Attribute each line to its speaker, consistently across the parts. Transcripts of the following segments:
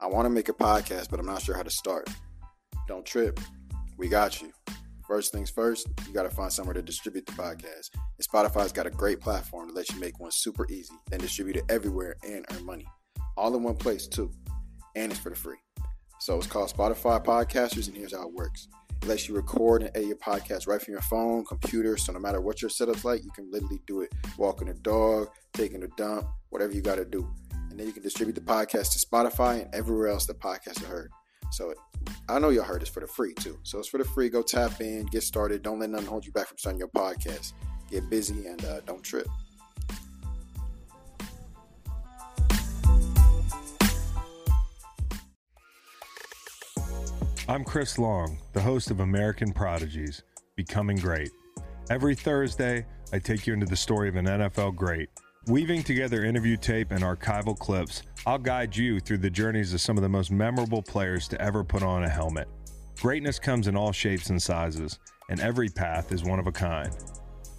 Speaker 1: I want to make a podcast, but I'm not sure how to start. Don't trip. We got you. First things first, you got to find somewhere to distribute the podcast. And Spotify's got a great platform to let you make one super easy, then distribute it everywhere and earn money. All in one place, too. And it's for the free. So it's called Spotify Podcasters, and here's how it works. It lets you record and edit your podcast right from your phone, computer. So no matter what your setup's like, you can literally do it walking a dog, taking a dump, whatever you got to do and then you can distribute the podcast to Spotify and everywhere else the podcast are heard. So I know y'all heard it's for the free too. So it's for the free. Go tap in, get started. Don't let nothing hold you back from starting your podcast. Get busy and uh, don't trip.
Speaker 2: I'm Chris Long, the host of American Prodigies Becoming Great. Every Thursday, I take you into the story of an NFL great. Weaving together interview tape and archival clips, I'll guide you through the journeys of some of the most memorable players to ever put on a helmet. Greatness comes in all shapes and sizes, and every path is one of a kind.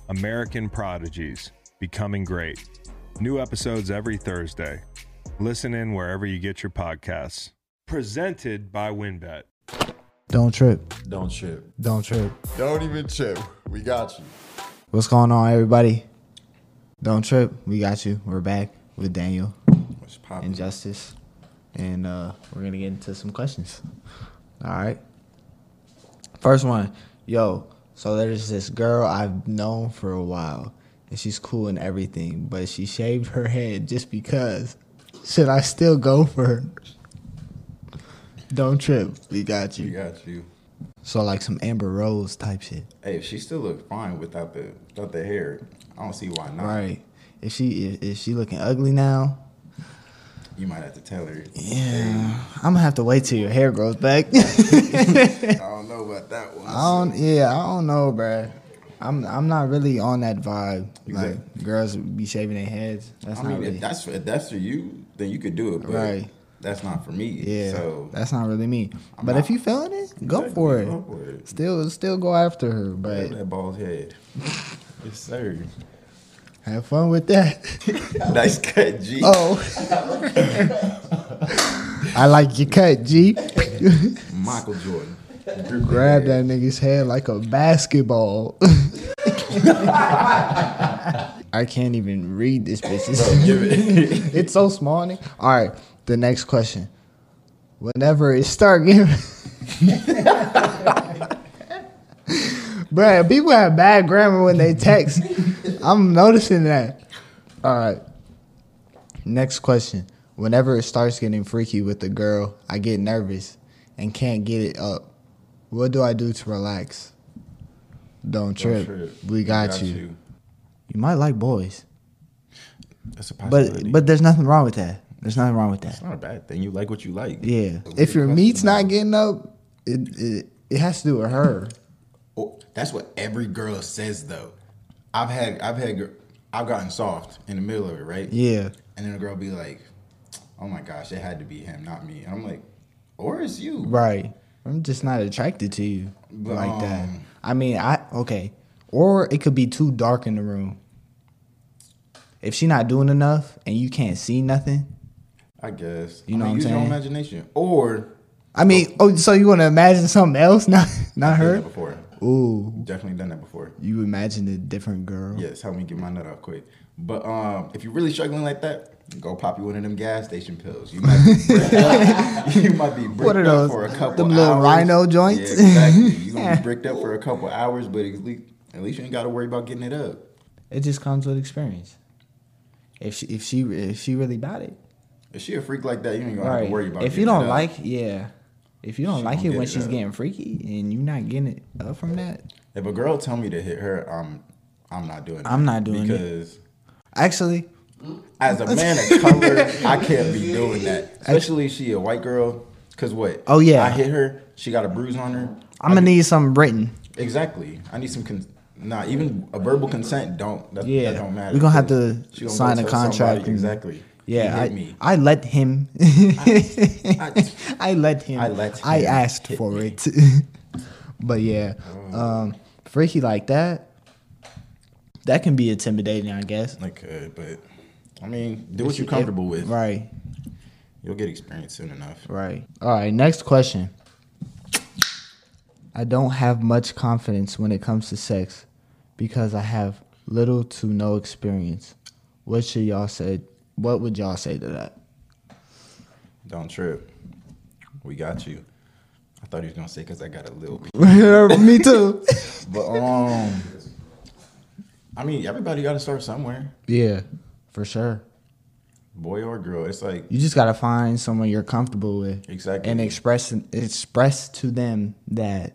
Speaker 2: American Prodigies Becoming Great. New episodes every Thursday. Listen in wherever you get your podcasts. Presented by WinBet.
Speaker 3: Don't trip.
Speaker 4: Don't trip.
Speaker 3: Don't trip.
Speaker 4: Don't even trip. We got you.
Speaker 3: What's going on, everybody? Don't trip. We got you. We're back with Daniel
Speaker 4: What's poppin'?
Speaker 3: and Justice, and uh, we're gonna get into some questions. All right. First one, yo. So there's this girl I've known for a while, and she's cool and everything, but she shaved her head just because. Should I still go for her? Don't trip. We got
Speaker 4: We
Speaker 3: you.
Speaker 4: got you.
Speaker 3: So like some Amber Rose type shit.
Speaker 4: Hey, if she still looked fine without the without the hair, I don't see why not.
Speaker 3: Right. If she if, if she looking ugly now,
Speaker 4: You might have to tell her.
Speaker 3: yeah, I'm gonna have to wait till your hair grows back.
Speaker 4: I don't know about that one.
Speaker 3: I don't. Yeah, I don't know, bruh. I'm I'm not really on that vibe.
Speaker 4: Exactly.
Speaker 3: Like girls be shaving their heads. That's
Speaker 4: I
Speaker 3: not
Speaker 4: mean,
Speaker 3: really.
Speaker 4: if that's for, if that's for you, then you could do it. But
Speaker 3: Right.
Speaker 4: That's not for me.
Speaker 3: yeah,
Speaker 4: So
Speaker 3: that's not really me. but
Speaker 4: not-
Speaker 3: if you feeling it, go
Speaker 4: Exactly,
Speaker 3: for it.
Speaker 4: go for it.
Speaker 3: Still, still go after her, but
Speaker 4: Grab that bald head. yes, sir.
Speaker 3: have fun with that.
Speaker 4: nice cut, G.
Speaker 3: oh, I like your cut, G.
Speaker 4: Michael Jordan.
Speaker 3: Grab that nigga's head like a basketball. I can't even read this bitch. It's-
Speaker 4: Give it.
Speaker 3: it's so small. Nick. All right, the next question. Whenever it start giving, bruh, people have bad grammar when they text. I'm noticing that. All right. Next question. Whenever it starts getting freaky with the girl, I get nervous and can't get it up. What do I do to relax? Don't
Speaker 4: Don't
Speaker 3: trip.
Speaker 4: trip.
Speaker 3: We got, you. you. might like boys,
Speaker 4: That's a
Speaker 3: but
Speaker 4: possibility.
Speaker 3: but there's nothing wrong with that. There's nothing wrong with that.
Speaker 4: it's not a bad thing. You like what you like.
Speaker 3: Yeah.
Speaker 4: It's a
Speaker 3: If your
Speaker 4: weird
Speaker 3: meat's
Speaker 4: question,
Speaker 3: not getting up, it, it it has to do with her.
Speaker 4: Oh, that's what every girl says though. I've had I've had gir- I've gotten soft in the middle of it, right?
Speaker 3: Yeah.
Speaker 4: And then a girl be like, "Oh my gosh, it had to be him, not me." And I'm like, "Or it's you?"
Speaker 3: Right. I'm just not attracted to you
Speaker 4: But,
Speaker 3: like that.
Speaker 4: um,
Speaker 3: I mean, I okay. Or it could be too dark in the room. If she not doing enough and you can't see nothing,
Speaker 4: I guess.
Speaker 3: You
Speaker 4: I
Speaker 3: know what
Speaker 4: mean,
Speaker 3: I'm
Speaker 4: use your
Speaker 3: saying?
Speaker 4: imagination. Or
Speaker 3: I mean, oh, so you want to imagine something else, not not
Speaker 4: I've done
Speaker 3: her?
Speaker 4: that before.
Speaker 3: Ooh,
Speaker 4: Definitely done that before.
Speaker 3: you imagined a different girl.
Speaker 4: Yes, help me get my nut off quick. But um, if you're really struggling like that, go pop you one of them gas station pills. You might be bricked up, you might be bricked
Speaker 3: What are
Speaker 4: up
Speaker 3: those?
Speaker 4: for a couple
Speaker 3: Them
Speaker 4: hours.
Speaker 3: little rhino joints?
Speaker 4: Yeah, exactly. You're gonna be bricked up for a couple hours, but at least, at least you ain't gotta worry about getting it up.
Speaker 3: It just comes with experience. If she if she if she really about it,
Speaker 4: If she a freak like that, you ain't gonna have to
Speaker 3: Right.
Speaker 4: worry about
Speaker 3: if you
Speaker 4: getting it
Speaker 3: don't
Speaker 4: up.
Speaker 3: like, yeah. If you don't
Speaker 4: She
Speaker 3: like
Speaker 4: gonna
Speaker 3: it
Speaker 4: get
Speaker 3: when
Speaker 4: it
Speaker 3: she's
Speaker 4: up.
Speaker 3: getting freaky and you not getting it up from that,
Speaker 4: If a girl tell me to hit her, um I'm not doing it.
Speaker 3: I'm not doing it.
Speaker 4: because
Speaker 3: Actually,
Speaker 4: as a man of color, I can't be doing that. Especially she a white girl. Cause what?
Speaker 3: Oh, yeah.
Speaker 4: I hit her. She got a bruise on her.
Speaker 3: I'm gonna need something written.
Speaker 4: Exactly. I need some. Con- nah, even a verbal consent don't. That,
Speaker 3: Yeah.
Speaker 4: that don't matter.
Speaker 3: We gonna have
Speaker 4: because
Speaker 3: to
Speaker 4: she gonna
Speaker 3: sign
Speaker 4: go
Speaker 3: a
Speaker 4: tell
Speaker 3: contract and-
Speaker 4: exactly.
Speaker 3: Yeah,
Speaker 4: He hit
Speaker 3: I,
Speaker 4: me.
Speaker 3: I let him. I,
Speaker 4: I-
Speaker 3: let him.
Speaker 4: I let
Speaker 3: I
Speaker 4: him
Speaker 3: asked
Speaker 4: hit
Speaker 3: for
Speaker 4: me. Oh.
Speaker 3: it. but yeah, um, freaky like that. That can be intimidating, I guess.
Speaker 4: I could, uh, but I mean, do what you're comfortable with.
Speaker 3: Right,
Speaker 4: You'll get experience soon enough.
Speaker 3: right. All right. Next question. I don't have much confidence when it comes to sex because I have little to no experience. What should y'all say? What would y'all say to that?
Speaker 4: Don't trip. We got you. I thought he was gonna say because I got a little. Piece.
Speaker 3: Me too.
Speaker 4: But um, I mean, everybody got to start somewhere,
Speaker 3: Yeah, for sure.
Speaker 4: boy or girl. It's like
Speaker 3: You just gotta find someone you're comfortable with,
Speaker 4: Exactly.
Speaker 3: and express express to them that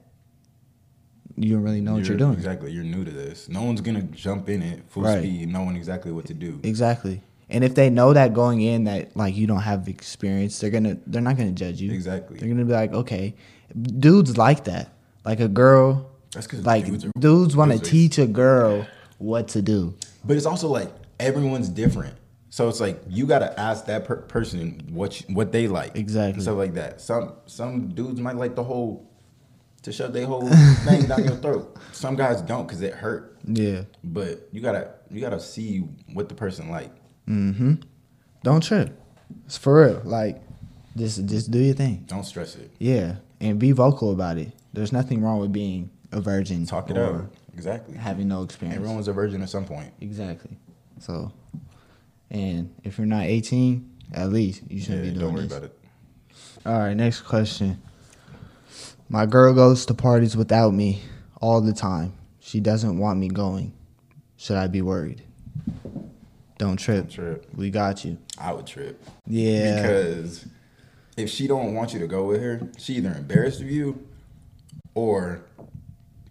Speaker 3: you don't really know what you're doing. Exactly.
Speaker 4: Exactly. You're new to this. No one's gonna jump in it full
Speaker 3: Right.
Speaker 4: speed, knowing exactly what to do.
Speaker 3: And if they know that going in that like you don't have experience, they're gonna they're not gonna judge you.
Speaker 4: Exactly.
Speaker 3: They're gonna be like, okay, dudes like that. Like a girl,
Speaker 4: That's 'cause
Speaker 3: like dudes,
Speaker 4: dudes are-
Speaker 3: want to
Speaker 4: dudes are-
Speaker 3: teach a girl what to do.
Speaker 4: But it's also like everyone's different. So it's like you gotta ask that per- person what you, what they like,
Speaker 3: Exactly.
Speaker 4: and stuff like that. Some some dudes might like the whole to shove their whole thing down your throat. Some guys don't because it hurt.
Speaker 3: Yeah.
Speaker 4: But you gotta you gotta see what the person like.
Speaker 3: Don't trip. It's for real. Like, just just do your thing.
Speaker 4: Don't stress it.
Speaker 3: Yeah, and be vocal about it. There's nothing wrong with being a virgin.
Speaker 4: Talk it
Speaker 3: or
Speaker 4: out. Exactly.
Speaker 3: Having no experience.
Speaker 4: Everyone was a virgin at some point.
Speaker 3: exactly. So, and if you're not 18, at least you
Speaker 4: Yeah,
Speaker 3: shouldn't be doing
Speaker 4: don't worry
Speaker 3: this.
Speaker 4: about it.
Speaker 3: All right, next question. My girl goes to parties without me all the time. She doesn't want me going. Should I be worried? Don't trip.
Speaker 4: Don't trip.
Speaker 3: We got you.
Speaker 4: I would trip.
Speaker 3: Yeah.
Speaker 4: Because if she don't want you to go with her, she either embarrassed of you or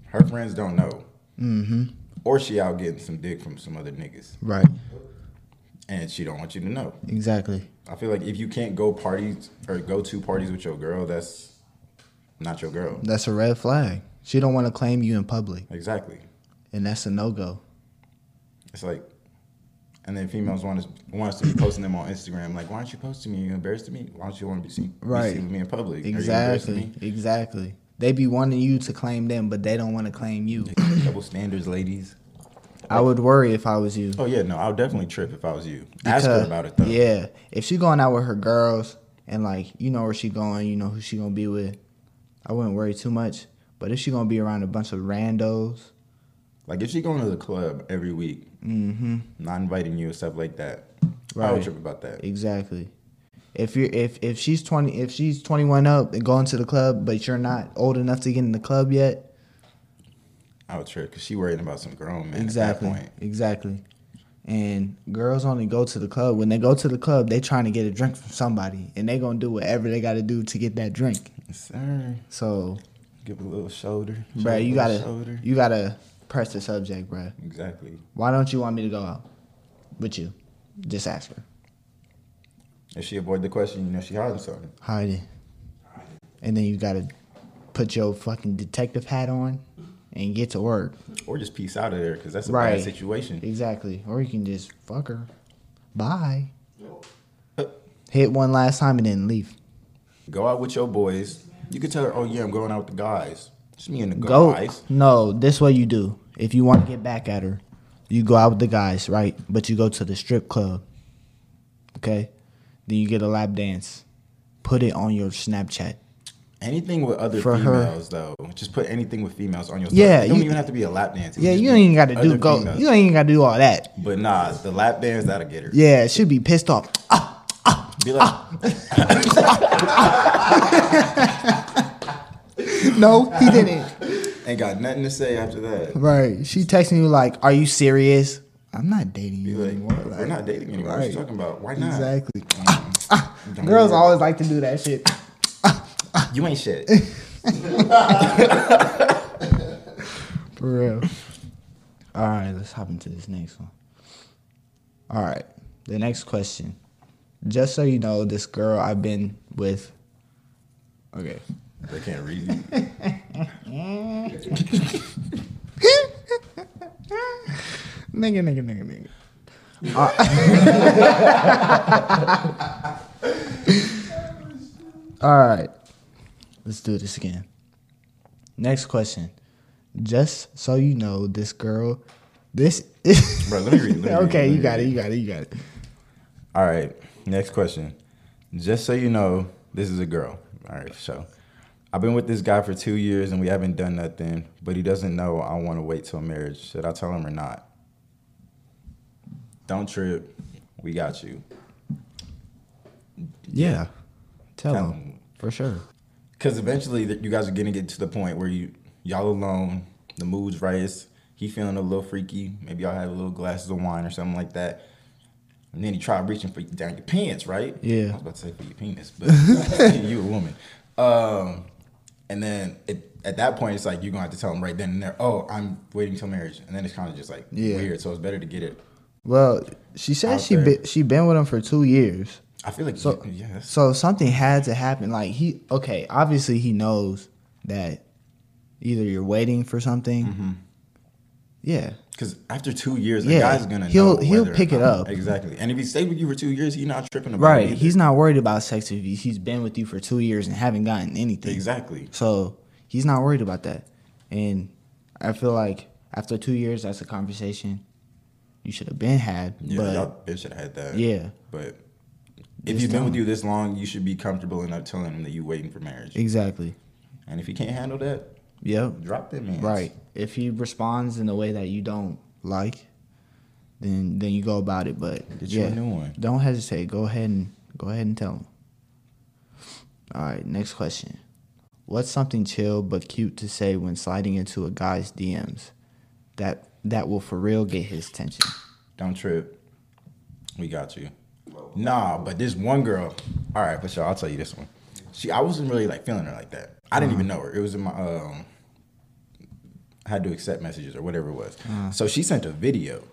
Speaker 4: her friends don't know. Mm-hmm. Or she out getting some dick from some other niggas
Speaker 3: right.
Speaker 4: and she don't want you to know.
Speaker 3: Exactly.
Speaker 4: I feel like if you can't go parties or go to parties with your girl, that's not your girl.
Speaker 3: That's a red flag. She don't want to claim you in public,
Speaker 4: Exactly.
Speaker 3: and that's a no go.
Speaker 4: It's like and then females want us want us to be posting them on Instagram. Like, why aren't you posting me? you embarrassed of me? Why don't you want to be seen,
Speaker 3: Right.
Speaker 4: be seen with me in public? Are you embarrassed of
Speaker 3: Exactly. Exactly. They be wanting you to claim them, but they don't want to claim you.
Speaker 4: me? Double standards, ladies.
Speaker 3: I would worry if I was you.
Speaker 4: Oh yeah, no, I would definitely trip if I was you. Ask her
Speaker 3: Because-
Speaker 4: about it though.
Speaker 3: Yeah. If she going out with her girls and like you know where she going, you know who she gonna be with, I wouldn't worry too much. But if she gonna be around a bunch of randos,
Speaker 4: Like if she going to the club every week, not inviting you and stuff like that, I
Speaker 3: Mm-hmm. Right.
Speaker 4: would trip about that.
Speaker 3: exactly. If you're if if she's twenty if she's twenty one up and going to the club, but you're not old enough to get in the club yet,
Speaker 4: I would trip because she worrying about some grown man
Speaker 3: exactly,
Speaker 4: at that point.
Speaker 3: exactly. And girls only go to the club when they go to the club. They trying to get a drink from somebody, and they gonna do whatever they got to do to get that drink.
Speaker 4: Sir,
Speaker 3: So
Speaker 4: give a little shoulder, show a
Speaker 3: Bruh, you
Speaker 4: little
Speaker 3: gotta
Speaker 4: shoulder.
Speaker 3: you gotta press the subject, bruh.
Speaker 4: exactly.
Speaker 3: Why don't you want me to go out with you? Just ask her.
Speaker 4: If she avoid the question, you know she hiding something.
Speaker 3: Hide it. And then you gotta put your fucking detective hat on and get to work.
Speaker 4: Or just peace out of there because that's a
Speaker 3: Right.
Speaker 4: bad situation.
Speaker 3: Exactly. Or you can just fuck her. Bye. Hit one last time and then leave.
Speaker 4: Go out with your boys. You could tell her, oh yeah, I'm going out with the guys. Just me and the
Speaker 3: Go.
Speaker 4: guys.
Speaker 3: No, this way you do. If you want to get back at her, you go out with the guys, right? But you go to the strip club. Okay? Then you get a lap dance. Put it on your Snapchat.
Speaker 4: Anything with other
Speaker 3: For her.
Speaker 4: females though. Just put anything with females on your stuff.
Speaker 3: Yeah,
Speaker 4: It don't
Speaker 3: you-
Speaker 4: even have to be a lap dance. It
Speaker 3: Yeah,
Speaker 4: could just
Speaker 3: you
Speaker 4: be
Speaker 3: don't even got to do
Speaker 4: other
Speaker 3: go.
Speaker 4: females.
Speaker 3: You don't even got to do all that.
Speaker 4: But nah, the lap dance that'll get her.
Speaker 3: Yeah, Ah. she'd be pissed off.
Speaker 4: Be like,
Speaker 3: no, he didn't.
Speaker 4: ain't got nothing to say after that.
Speaker 3: right. She texting you like, "Are you serious? I'm not dating
Speaker 4: Be
Speaker 3: you
Speaker 4: like,
Speaker 3: anymore."
Speaker 4: we're
Speaker 3: Like,
Speaker 4: not dating anymore. What
Speaker 3: right.
Speaker 4: you talking about? Why not?
Speaker 3: Exactly. Ah,
Speaker 4: Mm, don't
Speaker 3: Girls
Speaker 4: worry.
Speaker 3: always like to do that shit.
Speaker 4: you ain't shit.
Speaker 3: For real. All right, let's hop into this next one. All right, the next question. Just so you know, this girl I've been with. Okay.
Speaker 4: They can't read you.
Speaker 3: Nigga, nigga, nigga, nigga. Uh, All right. Let's do this again. Next question. Just so you know, this girl, this is.
Speaker 4: Bro, let me read it, let me read it,
Speaker 3: okay,
Speaker 4: let
Speaker 3: you
Speaker 4: me
Speaker 3: got
Speaker 4: read
Speaker 3: it. You got it. You got it.
Speaker 4: All right, next question. Just so you know, this is a girl. All right, so I've been with this guy for two years and we haven't done nothing, but he doesn't know I want to wait till marriage. Should I tell him or not? Don't trip. We got you.
Speaker 3: Yeah. Tell,
Speaker 4: Tell
Speaker 3: him.
Speaker 4: him.
Speaker 3: For sure.
Speaker 4: Because eventually th- you guys are gonna get to the point where you y'all alone, the mood's right. It's, he feeling a little freaky. Maybe y'all have a little glasses of wine or something like that. And then he tried reaching for you down your pants, right?
Speaker 3: Yeah.
Speaker 4: I was about to say for your penis, but you a woman. Um, and then it, at that point, it's like you're gonna have to tell him right then and there. Oh, I'm waiting till marriage, and then it's kind of just like
Speaker 3: Yeah.
Speaker 4: weird. So it's better to get it.
Speaker 3: Well, she said
Speaker 4: Out
Speaker 3: she
Speaker 4: there.
Speaker 3: be, she been with him for two years.
Speaker 4: I feel like
Speaker 3: So
Speaker 4: yeah, that's-
Speaker 3: so something had to happen. Like he okay, obviously he knows that either you're waiting for something.
Speaker 4: Mm-hmm.
Speaker 3: Yeah.
Speaker 4: Because after two years, the
Speaker 3: Yeah,
Speaker 4: guy's gonna
Speaker 3: he'll-
Speaker 4: know
Speaker 3: he'll
Speaker 4: whether or
Speaker 3: pick it
Speaker 4: not-
Speaker 3: up.
Speaker 4: exactly. And if he stayed with you for two years, he's not tripping about
Speaker 3: Right.
Speaker 4: It
Speaker 3: He's not worried about sex if he- he's been with you for two years and haven't gotten anything.
Speaker 4: exactly.
Speaker 3: So he's not worried about that. And I feel like after two years that's a conversation you should have been had.
Speaker 4: Yeah,
Speaker 3: but
Speaker 4: y'all it should have had that.
Speaker 3: Yeah.
Speaker 4: but if
Speaker 3: Just
Speaker 4: he's been
Speaker 3: tell
Speaker 4: with
Speaker 3: him.
Speaker 4: you this long, you should be comfortable enough telling him that you waiting for marriage.
Speaker 3: exactly.
Speaker 4: And if he can't handle that,
Speaker 3: Yep.
Speaker 4: drop that man.
Speaker 3: Right. If he responds in a way that you don't like, then then you go about it. But
Speaker 4: Get you a new one.
Speaker 3: Don't hesitate. Go ahead and go ahead and tell him. All right. Next question. What's something chill but cute to say when sliding into a guy's DMs? That that will for real get his attention.
Speaker 4: Don't trip. We got you. Nah, but this one girl. All right, for sure. I'll tell you this one. She, I wasn't really like feeling her like that. I didn't even know
Speaker 3: Uh-huh.
Speaker 4: her. It was in my um. I had to accept messages or whatever it was.
Speaker 3: Uh-huh.
Speaker 4: So she sent a video.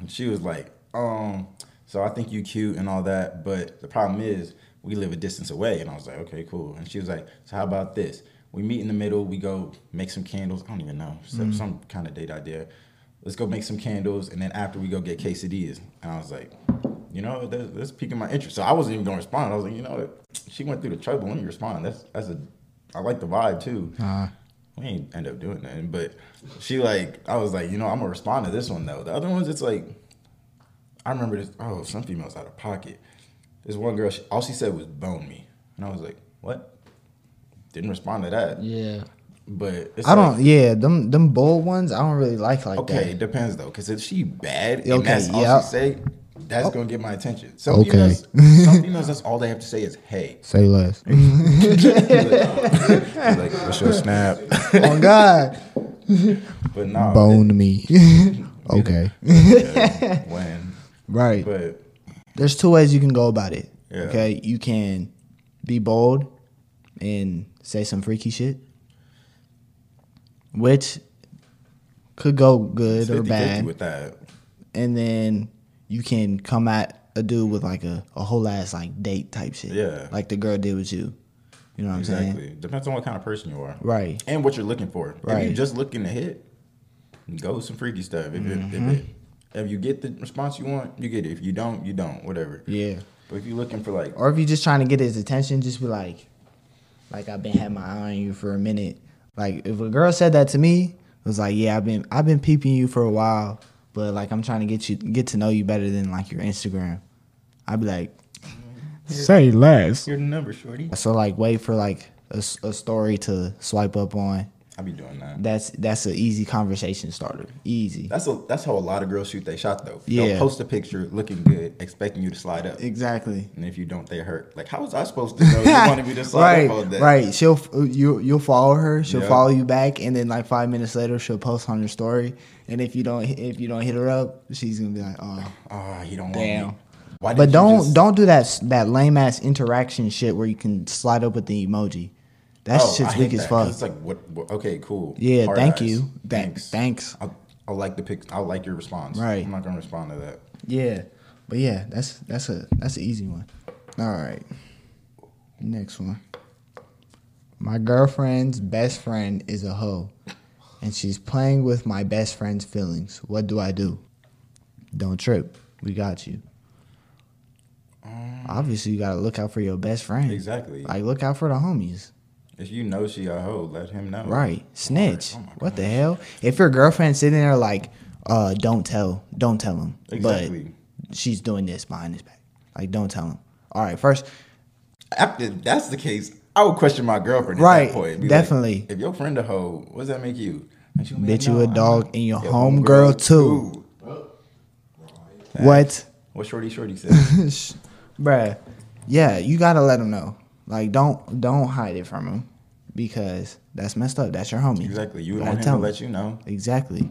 Speaker 4: And she was like, um, so I think you cute and all that, but the problem is we live a distance away. And I was like, okay, cool. And she was like, so how about this? We meet in the middle, we go make some candles. I don't even know, some, some kind of date idea. Let's go make some candles, and then after we go get quesadillas. And I was like, you know, that's, that's piquing my interest. So I wasn't even gonna respond. I was like, you know what? She went through the trouble. Let me respond. That's that's a, I like the vibe too. We ain't end up doing nothing, but she like I was like, you know, I'm gonna respond to this one though. The other ones, it's like I remember this. Oh, some females out of pocket. This one girl, she, all she said was "bone me," and I was like, "What?" Didn't respond to that.
Speaker 3: Yeah.
Speaker 4: But it's
Speaker 3: I
Speaker 4: like,
Speaker 3: don't. Yeah. Them them bold ones. I don't really like like
Speaker 4: Okay,
Speaker 3: that.
Speaker 4: it depends though, because if she bad and
Speaker 3: Okay,
Speaker 4: that's all
Speaker 3: yeah. Oh.
Speaker 4: she say, that's gonna get my attention. Some
Speaker 3: Okay.
Speaker 4: females, some females, that's all they have to say is "hey."
Speaker 3: Say less.
Speaker 4: She's like, "What's your snap?"
Speaker 3: oh God.
Speaker 4: but no,
Speaker 3: Bone me. okay.
Speaker 4: it- when,
Speaker 3: Right.
Speaker 4: but
Speaker 3: there's two ways you can go about it.
Speaker 4: Yeah.
Speaker 3: Okay, you can be bold and say some freaky shit, which could go good
Speaker 4: it's
Speaker 3: or
Speaker 4: 50
Speaker 3: bad,
Speaker 4: with that.
Speaker 3: and then you can come at a dude with like a, a whole ass like date type shit.
Speaker 4: Yeah.
Speaker 3: like the girl did with you. You know what I'm
Speaker 4: Exactly.
Speaker 3: saying?
Speaker 4: Depends on what kind of person you are.
Speaker 3: Right.
Speaker 4: And what you're looking for. If
Speaker 3: Right.
Speaker 4: you're just looking to hit, go with some freaky stuff. If, it, if, it,
Speaker 3: Mm-hmm.
Speaker 4: if you get the response you want, you get it. If you don't, you don't. Whatever.
Speaker 3: Yeah.
Speaker 4: But if you're looking for like,
Speaker 3: Or if you're just trying to get his attention, just be like, like I've been had my eye on you for a minute. Like if a girl said that to me, it was like, yeah, I've been I've been peeping you for a while, but like I'm trying to get you get to know you better than like your Instagram. I'd be like, say less.
Speaker 4: your number, shorty.
Speaker 3: So like wait for like a, s- a story to swipe up on.
Speaker 4: I be doing that.
Speaker 3: That's that's an easy conversation starter. Easy.
Speaker 4: That's a that's how a lot of girls shoot they shot though.
Speaker 3: Yeah.
Speaker 4: They'll post a picture looking good, expecting you to slide up.
Speaker 3: Exactly.
Speaker 4: And if you don't, they hurt. Like, how was I supposed to know you wanted me to slide
Speaker 3: right,
Speaker 4: up all day?
Speaker 3: Right. She'll you you'll follow her. She'll
Speaker 4: Yeah.
Speaker 3: follow you back, and then like five minutes later, she'll post on her story. And if you don't if you don't hit her up, she's gonna be like, oh.
Speaker 4: Oh, he don't
Speaker 3: Damn.
Speaker 4: want me. Why didn't
Speaker 3: But
Speaker 4: you
Speaker 3: don't
Speaker 4: just-
Speaker 3: don't do that s- that lame ass interaction shit where you can slide up with the emoji. That
Speaker 4: Oh, I
Speaker 3: shit's
Speaker 4: hate
Speaker 3: weak as
Speaker 4: that, 'cause
Speaker 3: fuck.
Speaker 4: It's like what, what- Okay, cool.
Speaker 3: Yeah,
Speaker 4: Hard
Speaker 3: thank
Speaker 4: eyes.
Speaker 3: you. Thanks. Thanks.
Speaker 4: I, I like the pic. I like your response.
Speaker 3: Right.
Speaker 4: I'm not gonna respond to that.
Speaker 3: Yeah, but yeah, that's that's a that's an easy one. All right, next one. My girlfriend's best friend is a hoe, and she's playing with my best friend's feelings. What do I do? Don't trip. We got you. Obviously, you gotta look out for your best friend.
Speaker 4: Exactly.
Speaker 3: Like look out for the homies.
Speaker 4: If you know she a hoe, let him know.
Speaker 3: Right. Snitch.
Speaker 4: Oh my
Speaker 3: what the hell? If your girlfriend's sitting there like, uh, don't tell, don't tell him.
Speaker 4: Exactly.
Speaker 3: But she's doing this behind his back. Like, don't tell him. All right, first,
Speaker 4: After that's the case, I would question my girlfriend. At
Speaker 3: Right,
Speaker 4: That point. Be
Speaker 3: definitely.
Speaker 4: Like, if your friend a hoe, what does that make you? And she'll be
Speaker 3: Bitch,
Speaker 4: like,
Speaker 3: you a
Speaker 4: "No,
Speaker 3: dog
Speaker 4: I'm
Speaker 3: and your
Speaker 4: your
Speaker 3: homegirl
Speaker 4: homegirl
Speaker 3: too." what?
Speaker 4: What Shorty Shorty said.
Speaker 3: Bruh. Yeah, you gotta let him know. Like, don't don't hide it from him because that's messed up. That's your homie.
Speaker 4: exactly. You
Speaker 3: gotta
Speaker 4: want him to
Speaker 3: tell him.
Speaker 4: let you know.
Speaker 3: Exactly.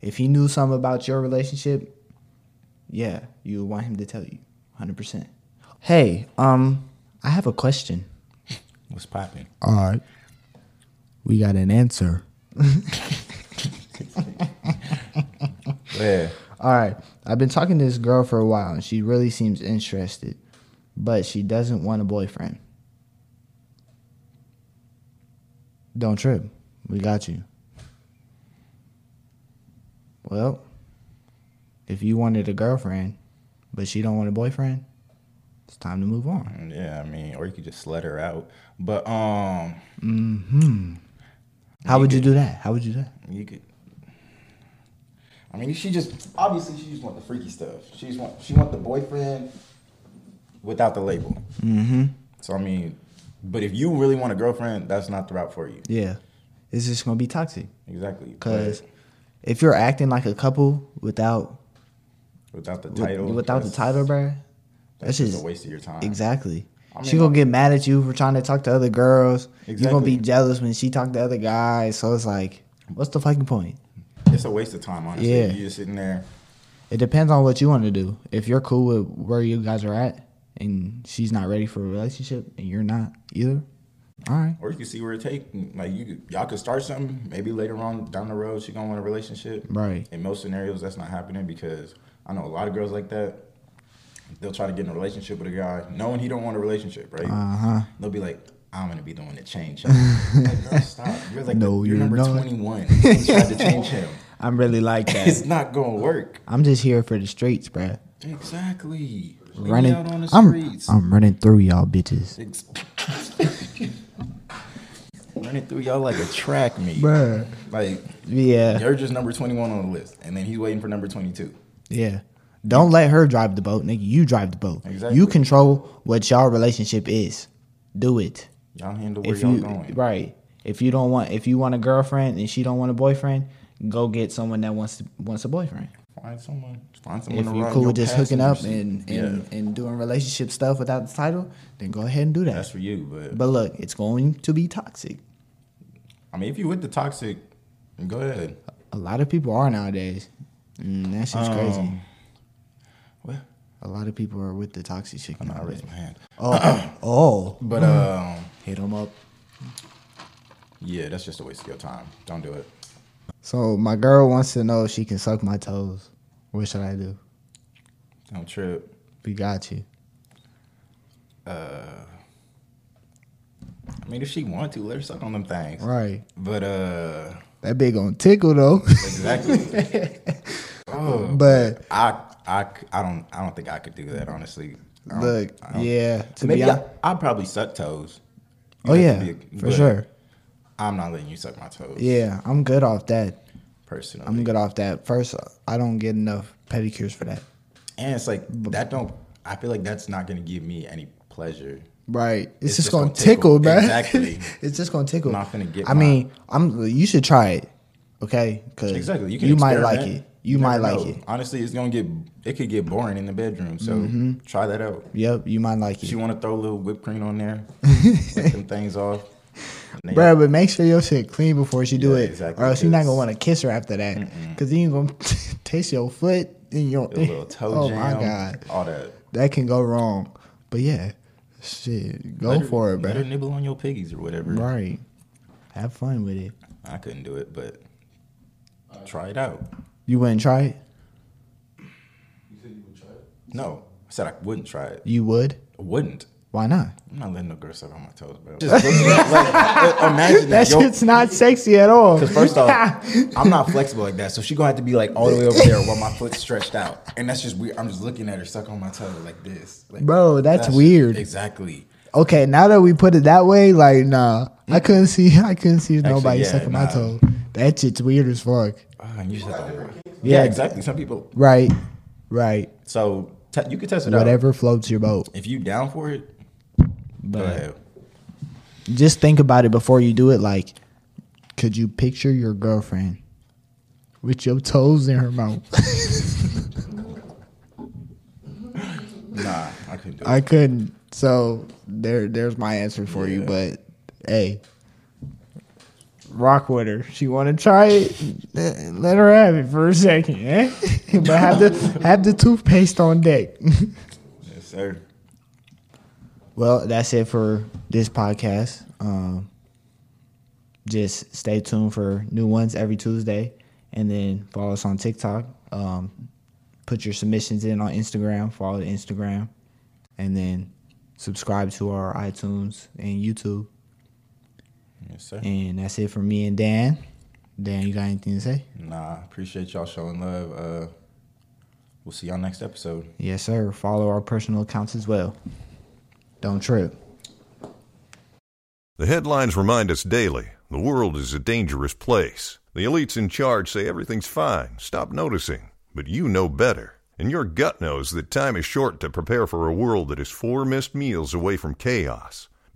Speaker 3: If he knew something about your relationship, yeah, you would want him to tell you, hundred percent. Hey, um, I have a question.
Speaker 4: What's popping?
Speaker 3: All right, we got an answer.
Speaker 4: Yeah.
Speaker 3: All right, I've been talking to this girl for a while, and she really seems interested, but she doesn't want a boyfriend. Don't trip. We got you. Well, if you wanted a girlfriend, but she don't want a boyfriend, it's time to move on.
Speaker 4: Yeah. I mean, or you could just let her out. But um,
Speaker 3: How would you do that? How would you do that?
Speaker 4: you could. I mean, she just obviously she just want the freaky stuff. She just want she want the boyfriend without the label. Mm-hmm. So I mean, but if you really want a girlfriend, that's not the route for you.
Speaker 3: Yeah, it's just gonna be toxic.
Speaker 4: Exactly. but
Speaker 3: Cause if you're acting like a couple without
Speaker 4: without the
Speaker 3: with-
Speaker 4: title,
Speaker 3: without the
Speaker 4: that's-
Speaker 3: title, bruh, that's
Speaker 4: that's just
Speaker 3: just-
Speaker 4: a waste of your time.
Speaker 3: Exactly.
Speaker 4: I
Speaker 3: she
Speaker 4: mean,
Speaker 3: gonna
Speaker 4: I-
Speaker 3: get mad at you for trying to talk to other girls. you gonna be
Speaker 4: Exactly.
Speaker 3: jealous when she talk to other guys. So it's like, what's the fucking point?
Speaker 4: It's a waste of time, honestly.
Speaker 3: Yeah.
Speaker 4: You're just sitting there.
Speaker 3: It depends on what you want to do. If you're cool with where you guys are at, and she's not ready for a relationship, and you're not either, all right.
Speaker 4: Or you can see where it take. Like you, could- y'all could start something. Maybe later on down the road, she gonna want a relationship.
Speaker 3: Right.
Speaker 4: In most scenarios, that's not happening because I know a lot of girls like that. They'll try to get in a relationship with a guy, knowing he don't want a relationship, right?
Speaker 3: Uh-huh.
Speaker 4: Uh huh. They'll be like, "I'm gonna be the one to change him." like, girl, stop. You're like,
Speaker 3: No,
Speaker 4: no, you're,
Speaker 3: you're
Speaker 4: number
Speaker 3: not.
Speaker 4: 21. You tried to change him.
Speaker 3: I'm really like
Speaker 4: It's not gonna work.
Speaker 3: I'm just here for the streets, bruh.
Speaker 4: Exactly. Leave me
Speaker 3: Running,
Speaker 4: out on the
Speaker 3: I'm,
Speaker 4: streets.
Speaker 3: I'm running through y'all bitches,
Speaker 4: Ex- Running through y'all like a track meet.
Speaker 3: bruh.
Speaker 4: Like
Speaker 3: Yeah,
Speaker 4: you're just number 21 on the list, and then he's waiting for number 22.
Speaker 3: yeah. Don't let her drive the boat, nigga. You drive the boat.
Speaker 4: Exactly.
Speaker 3: You control what y'all relationship is. Do it.
Speaker 4: Y'all handle where
Speaker 3: if
Speaker 4: y'all
Speaker 3: you
Speaker 4: going.
Speaker 3: right if you don't want if you want a girlfriend and she don't want a boyfriend go get someone that wants wants a boyfriend
Speaker 4: Find someone. Find someone.
Speaker 3: if
Speaker 4: to
Speaker 3: you're
Speaker 4: ride
Speaker 3: cool
Speaker 4: your
Speaker 3: with just hooking up
Speaker 4: passenger seat.
Speaker 3: and and,
Speaker 4: yeah,
Speaker 3: and doing relationship stuff without the title then go ahead and do that
Speaker 4: that's for you. But,
Speaker 3: but look it's going to be toxic
Speaker 4: I mean, if you with the toxic, go ahead.
Speaker 3: a lot of people are nowadays and that shit's crazy
Speaker 4: Um, Well,
Speaker 3: a lot of people are with the toxic shit
Speaker 4: I
Speaker 3: nowadays.
Speaker 4: raised my hand.
Speaker 3: oh oh
Speaker 4: But um,
Speaker 3: hit them up
Speaker 4: yeah, that's just a waste of your time. Don't do it.
Speaker 3: so my girl wants to know if she can suck my toes what should i do
Speaker 4: Don't trip.
Speaker 3: we got you
Speaker 4: I mean, if she want to, let her suck on them things.
Speaker 3: right
Speaker 4: But uh,
Speaker 3: that big on tickle though
Speaker 4: exactly. Oh,
Speaker 3: but
Speaker 4: I, I, c- I don't I don't think I could do that honestly. Um, I don't-
Speaker 3: Look,
Speaker 4: I don't-
Speaker 3: yeah. To
Speaker 4: Maybe
Speaker 3: be
Speaker 4: I,
Speaker 3: honest,
Speaker 4: I'd probably suck toes.
Speaker 3: oh
Speaker 4: You'd
Speaker 3: yeah,
Speaker 4: have to be a-
Speaker 3: for
Speaker 4: but
Speaker 3: sure.
Speaker 4: I'm not letting you suck my toes.
Speaker 3: Yeah, I'm good off that.
Speaker 4: personally.
Speaker 3: I'm good off that. First, I don't get enough pedicures for that.
Speaker 4: and it's like that don't. I feel like that's not gonna give me any pleasure.
Speaker 3: Right. It's,
Speaker 4: It's
Speaker 3: just,
Speaker 4: just
Speaker 3: gonna,
Speaker 4: gonna
Speaker 3: tickle,
Speaker 4: tickle.
Speaker 3: bruh.
Speaker 4: Exactly.
Speaker 3: it's just gonna tickle.
Speaker 4: Not gonna get
Speaker 3: I
Speaker 4: my-
Speaker 3: mean, I'm. You should try it. Okay. Cause
Speaker 4: Exactly. You
Speaker 3: You,
Speaker 4: can.
Speaker 3: might like it.
Speaker 4: experiment.
Speaker 3: You, might
Speaker 4: never
Speaker 3: like
Speaker 4: know.
Speaker 3: it.
Speaker 4: Honestly, it's gonna get. It could get boring in the bedroom. So
Speaker 3: Mm-hmm.
Speaker 4: try that out.
Speaker 3: Yep. You might like
Speaker 4: If
Speaker 3: it,
Speaker 4: you want to throw a little whipped cream on there, lick them things off. and then-
Speaker 3: bruh. But make sure your shit clean before you do
Speaker 4: Yeah,
Speaker 3: it,
Speaker 4: exactly,
Speaker 3: or else you're not gonna
Speaker 4: because-
Speaker 3: want to kiss her after that, cause then you gonna taste your foot and your.
Speaker 4: A little toe
Speaker 3: oh
Speaker 4: jam.
Speaker 3: my god.
Speaker 4: All that.
Speaker 3: that can go wrong. But yeah, shit, go
Speaker 4: Let her-
Speaker 3: for it,
Speaker 4: Let her
Speaker 3: bro.
Speaker 4: nibble on your piggies or whatever.
Speaker 3: Right, have fun with it.
Speaker 4: I couldn't do it, but try it out.
Speaker 3: You wouldn't try it?
Speaker 4: No, I said I wouldn't try it.
Speaker 3: You would?
Speaker 4: I wouldn't.
Speaker 3: Why not?
Speaker 4: I'm not letting no girl step on my toes, bro. Just look at- like, uh, imagine
Speaker 3: That
Speaker 4: that. yo-
Speaker 3: shit's not sexy at all.
Speaker 4: 'cause first off, I'm not flexible like that, so she gonna have to be like all the way over there while my foot's stretched out, and that's just weird. I'm just looking at her stuck on my toe like this, Like,
Speaker 3: Bro, that's weird.
Speaker 4: Exactly.
Speaker 3: okay, now that we put it that way, like nah, I couldn't see. I couldn't see nobody
Speaker 4: Mm. yeah,
Speaker 3: sucking my
Speaker 4: nah.
Speaker 3: toe. That shit's weird as fuck.
Speaker 4: Ah, and you just have to work.
Speaker 3: Yeah.
Speaker 4: Yeah, exactly. Some people.
Speaker 3: Right, right.
Speaker 4: So te- you could test it out.
Speaker 3: Whatever floats your boat.
Speaker 4: If you down for it, go ahead.
Speaker 3: Just think about it before you do it. Like, could you picture your girlfriend with your toes in her mouth?
Speaker 4: Nah, I couldn't do it.
Speaker 3: I couldn't. So there, there's my answer for you. But hey, rock with her. She want to try it. eh, Let her have it for a second, eh? but have the have the toothpaste on deck.
Speaker 4: yes, sir.
Speaker 3: well, that's it for this podcast. Um, just stay tuned for new ones every Tuesday, and then follow us on TikTok. Um, put your submissions in on Instagram. Follow the Instagram, and then subscribe to our iTunes and YouTube.
Speaker 4: Yes, sir.
Speaker 3: And that's it for me and Dan. Dan, you got anything to say?
Speaker 4: Nah, appreciate y'all showing love. Uh, we'll see y'all next episode.
Speaker 3: Yes, sir. Follow our personal accounts as well. Don't trip.
Speaker 5: The headlines remind us daily the world is a dangerous place. The elites in charge say everything's fine, stop noticing. But you know better. And your gut knows that time is short to prepare for a world that is four missed meals away from chaos.